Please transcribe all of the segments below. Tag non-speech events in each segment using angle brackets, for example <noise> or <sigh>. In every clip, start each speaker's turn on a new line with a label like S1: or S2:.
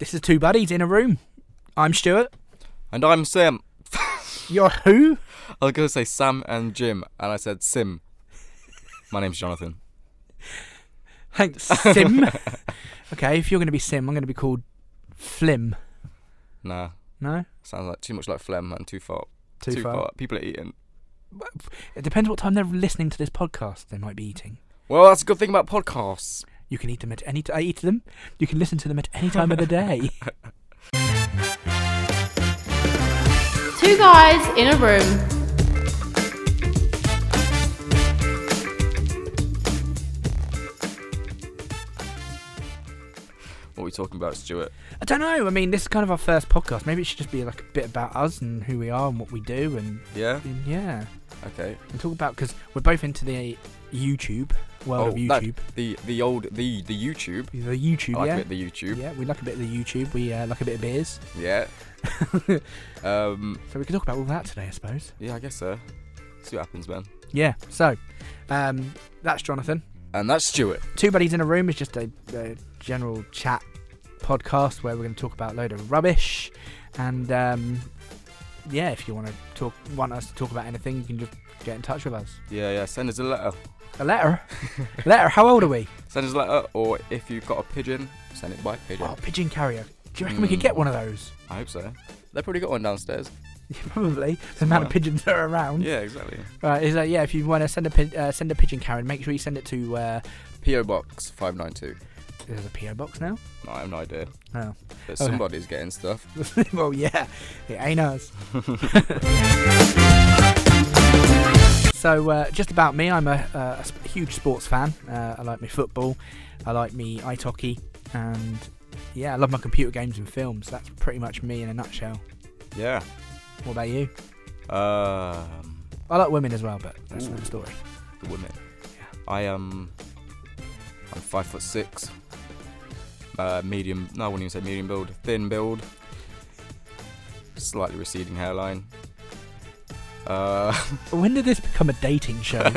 S1: This is two buddies in a room. I'm Stuart.
S2: And I'm Sim.
S1: You're who?
S2: I was going to say Sam and Jim, and I said Sim. My name's Jonathan.
S1: Thanks,
S2: <laughs>
S1: Sim. okay, if you're going to be Sim, I'm going to be called Flim.
S2: Nah,
S1: No?
S2: sounds like too much like phlegm and too far.
S1: Too, far.
S2: People are eating.
S1: It depends what time they're listening to this podcast. They might be eating.
S2: Well, that's a good thing about podcasts.
S1: You can eat them at any t- I eat them. You can listen to them at any time of the
S2: <laughs>
S1: day.
S3: Two guys in a room.
S2: What are we talking about, Stuart?
S1: I don't know. I mean, this is kind of our first podcast. Maybe it should just be like a bit about us and who we are and what we do and,
S2: Yeah?
S1: and yeah,
S2: Okay.
S1: and talk about because we're both into the YouTube world of
S2: Oh, that-
S1: YouTube.
S2: The the old, the the YouTube.
S1: The YouTube,
S2: I like
S1: yeah.
S2: a bit of the YouTube.
S1: Yeah, we like a bit of the YouTube. We uh, like a bit of beers.
S2: Yeah.
S1: <laughs>
S2: um,
S1: So we can talk about all that today, I suppose.
S2: yeah, I guess so. See what happens, man.
S1: Yeah. So, um, that's Jonathan.
S2: And that's Stuart.
S1: Two buddies in a room is just a, a general chat podcast where we're going to talk about a load of rubbish, and um, yeah, if you want to talk, want us to talk about anything, you can just get in touch with us.
S2: Yeah, yeah. Send us a letter.
S1: A
S2: <laughs>
S1: letter. A letter. How old are we?
S2: Send us a letter, or if you've got a pigeon, send it by pigeon.
S1: Oh, pigeon carrier. Do you reckon we could
S2: Mm.
S1: get one of those? <laughs>
S2: I hope so. They've probably got one downstairs.
S1: Yeah, Probably. The amount of
S2: Wow.
S1: pigeons that are around.
S2: Yeah, exactly.
S1: Right. Is that yeah? If you want to send a pi- uh, send a pigeon carrier, make sure you send it to. Uh,
S2: PO Box 592.
S1: there's a PO box now.
S2: No, I have no idea.
S1: Oh. Okay.
S2: But somebody's getting stuff.
S1: well, yeah, it ain't us. so, uh, just about me, I'm a, a s- huge sports fan. Uh, I like me football, I like me ice hockey, and yeah, I love my computer games and films. That's pretty much me in a nutshell.
S2: Yeah.
S1: What about you?
S2: Um,
S1: I like women as well, but that's another
S2: Ooh.
S1: story.
S2: the women. I am. I'm five foot six. Uh, medium. No, I wouldn't even say medium build. Thin build. Slightly receding hairline. Uh, <laughs>
S1: When did this become a dating show?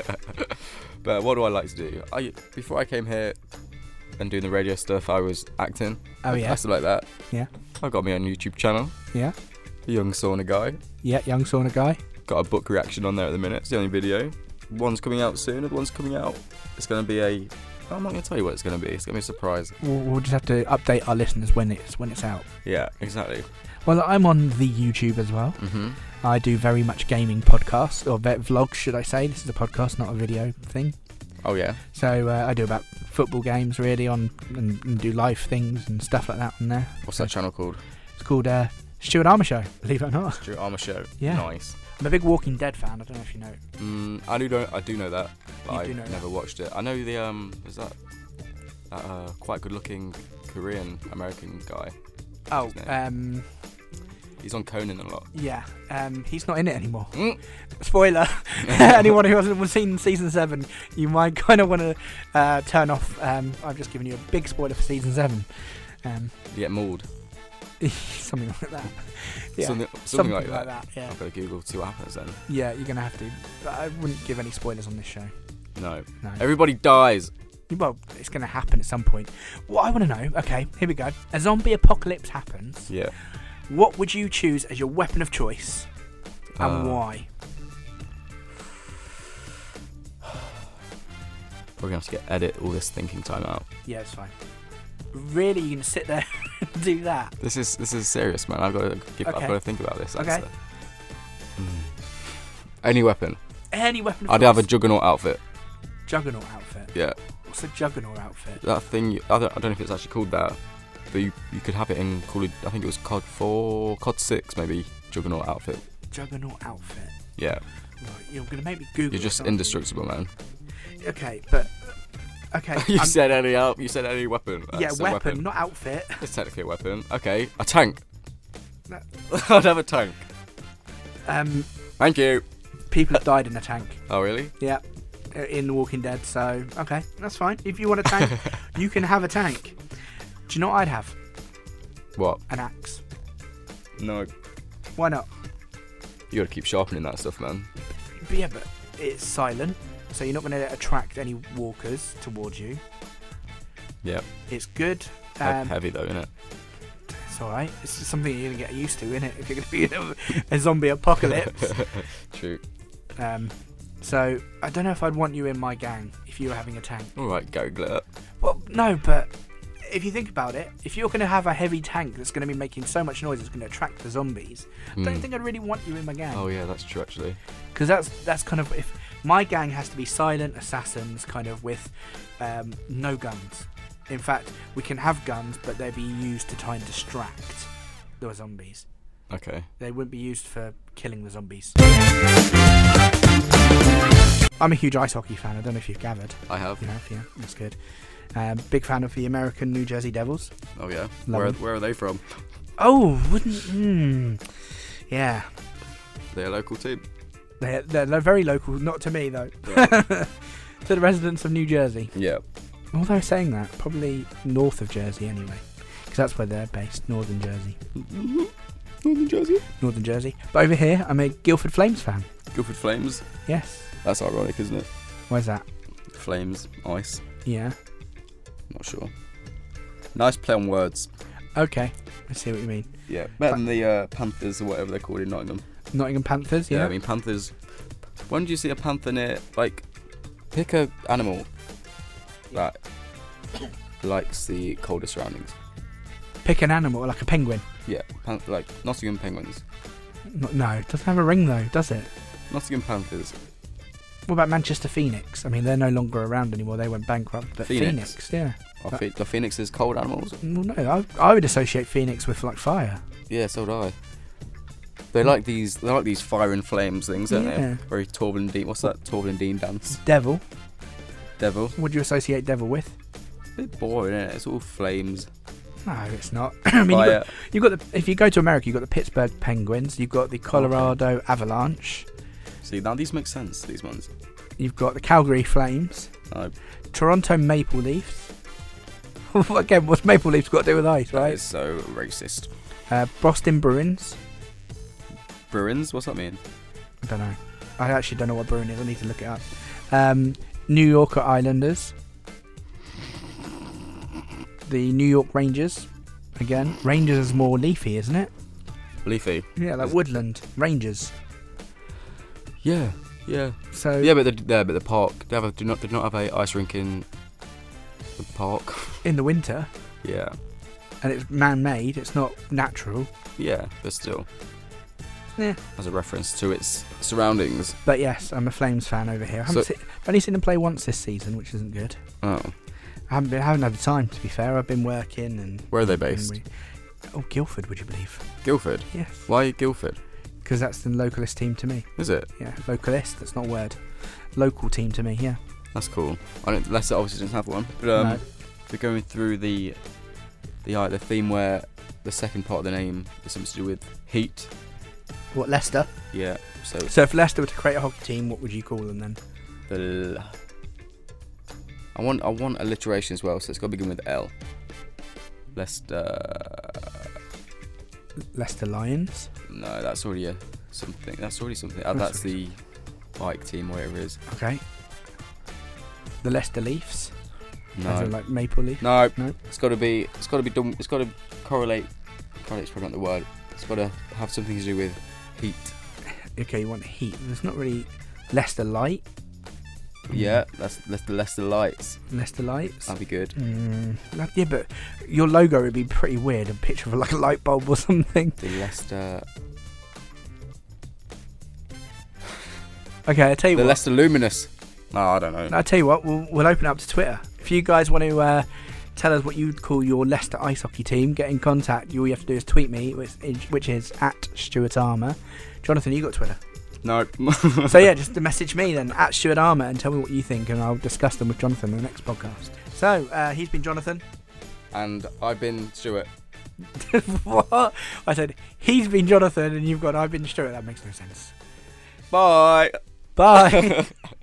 S2: but what do I like to do? I before I came here and doing the radio stuff, I was acting.
S1: oh
S2: I
S1: yeah,
S2: still like that.
S1: Yeah.
S2: I got me own YouTube channel.
S1: Yeah.
S2: The young sauna guy.
S1: yeah, young sauna guy.
S2: got a book reaction on there at the minute. It's the only video. One's coming out soon, and one's coming out. It's going to be a. I'm not going to tell you what it's going to be. It's going to be a surprise.
S1: We'll, we'll just have to update our listeners when it's when it's out.
S2: Yeah, exactly.
S1: Well, I'm on the YouTube as well.
S2: hmm
S1: I do very much gaming podcasts or vet vlogs, should I say? This is a podcast, not a video thing.
S2: Oh yeah.
S1: So uh, I do about football games really on and, and do live things and stuff like that on there.
S2: What's that channel called?
S1: It's called uh, Stuart Armour Show. Believe it or not,
S2: Drew Armour Show.
S1: Yeah.
S2: Nice.
S1: I'm a big Walking Dead fan. I don't know if you know.
S2: Mm, I do know. I do know that. But
S1: You
S2: I've
S1: do know that.
S2: never watched it. I know the um. Is that that uh, quite good-looking Korean American guy?
S1: Oh,
S2: What's his name?
S1: um,
S2: He's on Conan a lot.
S1: yeah. Um, he's not in it anymore.
S2: Mm.
S1: Spoiler. <laughs> Anyone who hasn't seen season seven, you might kind of want to uh, turn off. Um, I've just given you a big spoiler for season seven. Um, <laughs>
S2: You get mauled.
S1: something like that. Yeah.
S2: Something, something, like, that.
S1: Yeah.
S2: I've got to Google to see what happens then.
S1: Yeah, you're gonna have to. But I wouldn't give any spoilers on this show.
S2: No.
S1: No.
S2: Everybody dies.
S1: well, it's gonna happen at some point. What I want to know. Okay, here we go. A zombie apocalypse happens.
S2: Yeah.
S1: What would you choose as your weapon of choice, and
S2: Uh,
S1: why?
S2: We're gonna have to get edit all this thinking time out.
S1: Yeah, it's fine. Really, you're gonna sit there <laughs> and do that?
S2: This is this is serious, man. I've got to give,
S1: Okay.
S2: I've got to think about this.
S1: Okay.
S2: Answer. Mm. Any weapon?
S1: Any weapon? Of
S2: I'd have a
S1: choice.
S2: juggernaut outfit.
S1: juggernaut outfit.
S2: Yeah,
S1: What's a juggernaut outfit?
S2: that thing. you- I don't, I don't know if it's actually called that, but you, you could have it in Call of, I think it was COD four, COD six, maybe juggernaut outfit.
S1: Juggernaut outfit.
S2: Yeah,
S1: Right, you're gonna make me Google.
S2: you're just
S1: something.
S2: indestructible, man.
S1: Okay, but okay.
S2: <laughs> you
S1: I'm-
S2: said any out. You said any weapon.
S1: yeah,
S2: That's a
S1: weapon, not outfit.
S2: It's technically a weapon. Okay, a tank.
S1: No.
S2: <laughs> I'd have a tank.
S1: Um,
S2: Thank you.
S1: people have died in a tank.
S2: Oh really?
S1: Yeah, uh, in The Walking Dead. So okay, that's fine. If you want a tank, you can have a tank. Do you know what I'd have?
S2: What?
S1: An axe.
S2: No,
S1: Why not?
S2: you gotta keep sharpening that stuff, man.
S1: But yeah, but it's silent, so you're not going to attract any walkers towards you.
S2: Yeah.
S1: It's good.
S2: He-
S1: Um,
S2: heavy though, isn't it?
S1: It's all right. It's just something you're gonna get used to, isn't it? <laughs> If you're gonna be in a, a zombie apocalypse.
S2: True.
S1: um, so I don't know if I'd want you in my gang if you were having a tank.
S2: All right, go Glurp.
S1: Well, no, but if you think about it, if you're going to have a heavy tank that's going to be making so much noise, it's going to attract the zombies. I
S2: Hmm.
S1: don't think I'd really want you in my gang
S2: Oh yeah, that's true actually.
S1: because that's that's kind of if my gang has to be silent assassins, kind of with um, no guns. In fact, we can have guns, but they'd be used to try and distract the zombies.
S2: Okay.
S1: They wouldn't be used for killing the zombies. I'm a huge ice hockey fan. I don't know if you've gathered.
S2: I have.
S1: You have, yeah, that's good. Um, big fan of the American New Jersey Devils.
S2: Oh yeah.
S1: Love
S2: where,
S1: 'em.
S2: where are they from?
S1: Oh, wouldn't? Mm, yeah,
S2: They're a local team.
S1: they're, they're lo- very local. Not to me though. <laughs> to the residents of New Jersey.
S2: Yeah.
S1: Although saying that, probably north of Jersey anyway, because that's where they're based, northern Jersey.
S2: Mm-hmm. Northern Jersey.
S1: Northern Jersey. But over here, I'm a Guildford Flames fan.
S2: Guildford Flames.
S1: Yes.
S2: That's ironic, isn't it?
S1: Where's that?
S2: Flames, ice.
S1: Yeah.
S2: Not sure. Nice play on words.
S1: Okay. I see what you mean.
S2: Yeah. Better than the uh, Panthers or whatever they're called in Nottingham.
S1: Nottingham Panthers. Yeah.
S2: I mean Panthers. When do you see a panther near? Like, pick a animal that likes the colder surroundings.
S1: Pick an animal like a penguin.
S2: Yeah. Pan- like Nottingham Penguins.
S1: No, no, it doesn't have a ring though, does it?
S2: Nottingham Panthers.
S1: What about Manchester Phoenix? I mean, they're no longer around anymore. They went bankrupt. But
S2: Phoenix.
S1: Phoenix, yeah.
S2: Are
S1: Uh,
S2: phe- the phoenixes cold animals?
S1: Well, no, I, I would associate Phoenix with like fire.
S2: Yeah, so do I. They like these. They like these fire and flames things, don't
S1: Hmm. Yeah.
S2: they? Very Torvald Dean. What's that Torvald Dean dance?
S1: Devil.
S2: Devil.
S1: Would you associate devil with?
S2: bit boring, is It's all flames.
S1: No, it's not. <clears throat> I mean, you've
S2: Fire.
S1: got, you've got the if you go to America, you've got the Pittsburgh Penguins, you've got the Colorado Avalanche,
S2: See, now these make sense. These ones.
S1: you've got the Calgary Flames,
S2: No,
S1: Toronto Maple Leafs. <laughs> Again, what's Maple Leafs got to do with ice,
S2: that
S1: right?
S2: is so racist.
S1: Uh, Boston Bruins.
S2: Bruins. What's that mean?
S1: I don't know. I actually don't know what Bruin is. I need to look it up. Um, New Yorker Islanders. The New York Rangers. Again, Rangers is more leafy, isn't it?
S2: Leafy.
S1: Yeah, like
S2: Is-
S1: woodland Rangers.
S2: Yeah. Yeah.
S1: So
S2: Yeah, but the, yeah, but the park. They have a, do not do not have a ice rink in the park. <laughs>
S1: in the winter,
S2: yeah.
S1: and it's man-made. It's not natural.
S2: Yeah, but still.
S1: Yeah.
S2: As a reference to its surroundings.
S1: But yes, I'm a Flames fan over here. I haven't
S2: So-
S1: se- I've only seen them play once this season, which isn't good.
S2: Oh,
S1: I haven't been. I haven't had the time to be fair. I've been working and.
S2: where are they
S1: and
S2: based?
S1: re- oh, Guildford, would you believe?
S2: Guildford.
S1: Yes,
S2: Why Guildford?
S1: because that's the localist team to me.
S2: Is it?
S1: Yeah, localist. That's not a word. Local team to me. Yeah.
S2: That's cool. I don't. Leicester obviously doesn't have one. But um,
S1: No.
S2: they're going through the the uh, the theme where the second part of the name is something to do with heat.
S1: What Leicester?
S2: Yeah. So
S1: So if Leicester were to create a hockey team, what would you call them then?
S2: the l- I want I want alliteration as well. So it's got to begin with L. uh, Leicester.
S1: Leicester Lions.
S2: No, that's already a something. That's already something. Uh,
S1: That's
S2: that's the bike team, whatever it is.
S1: Okay. The Leicester Leafs. As in
S2: No.
S1: like Maple Leaf.
S2: No.
S1: No.
S2: It's got to be. It's got to be done. It's got to correlate. Correlate's probably not the word. It's got to have something to do with heat.
S1: Okay, you want Heat. There's not really Leicester Light.
S2: Yeah, Um, that's that's the Leicester Lights.
S1: Leicester Lights.
S2: That'd be good.
S1: Mm, that- yeah, but your logo would be pretty weird—a picture of like a light bulb or <laughs> something.
S2: The Leicester,
S1: Okay, I will tell you
S2: the
S1: what.
S2: Leicester Luminous. No, I don't know.
S1: I tell you what, we'll, we'll open up to Twitter. If you guys want to uh, tell us what you'd call your Leicester ice hockey team, get in contact. All you have to do is tweet me, which is, which is at Stuart Armour. Jonathan, you got Twitter.
S2: No.
S1: <laughs> so yeah, just message me then at Stuart Armour and tell me what you think, and I'll discuss them with Jonathan in the next podcast. So uh, he's been Jonathan. <laughs>
S2: and I've been Stuart.
S1: what? I said he's been Jonathan, and you've got I've been Stuart. That makes no sense.
S2: Bye.
S1: Bye. <laughs>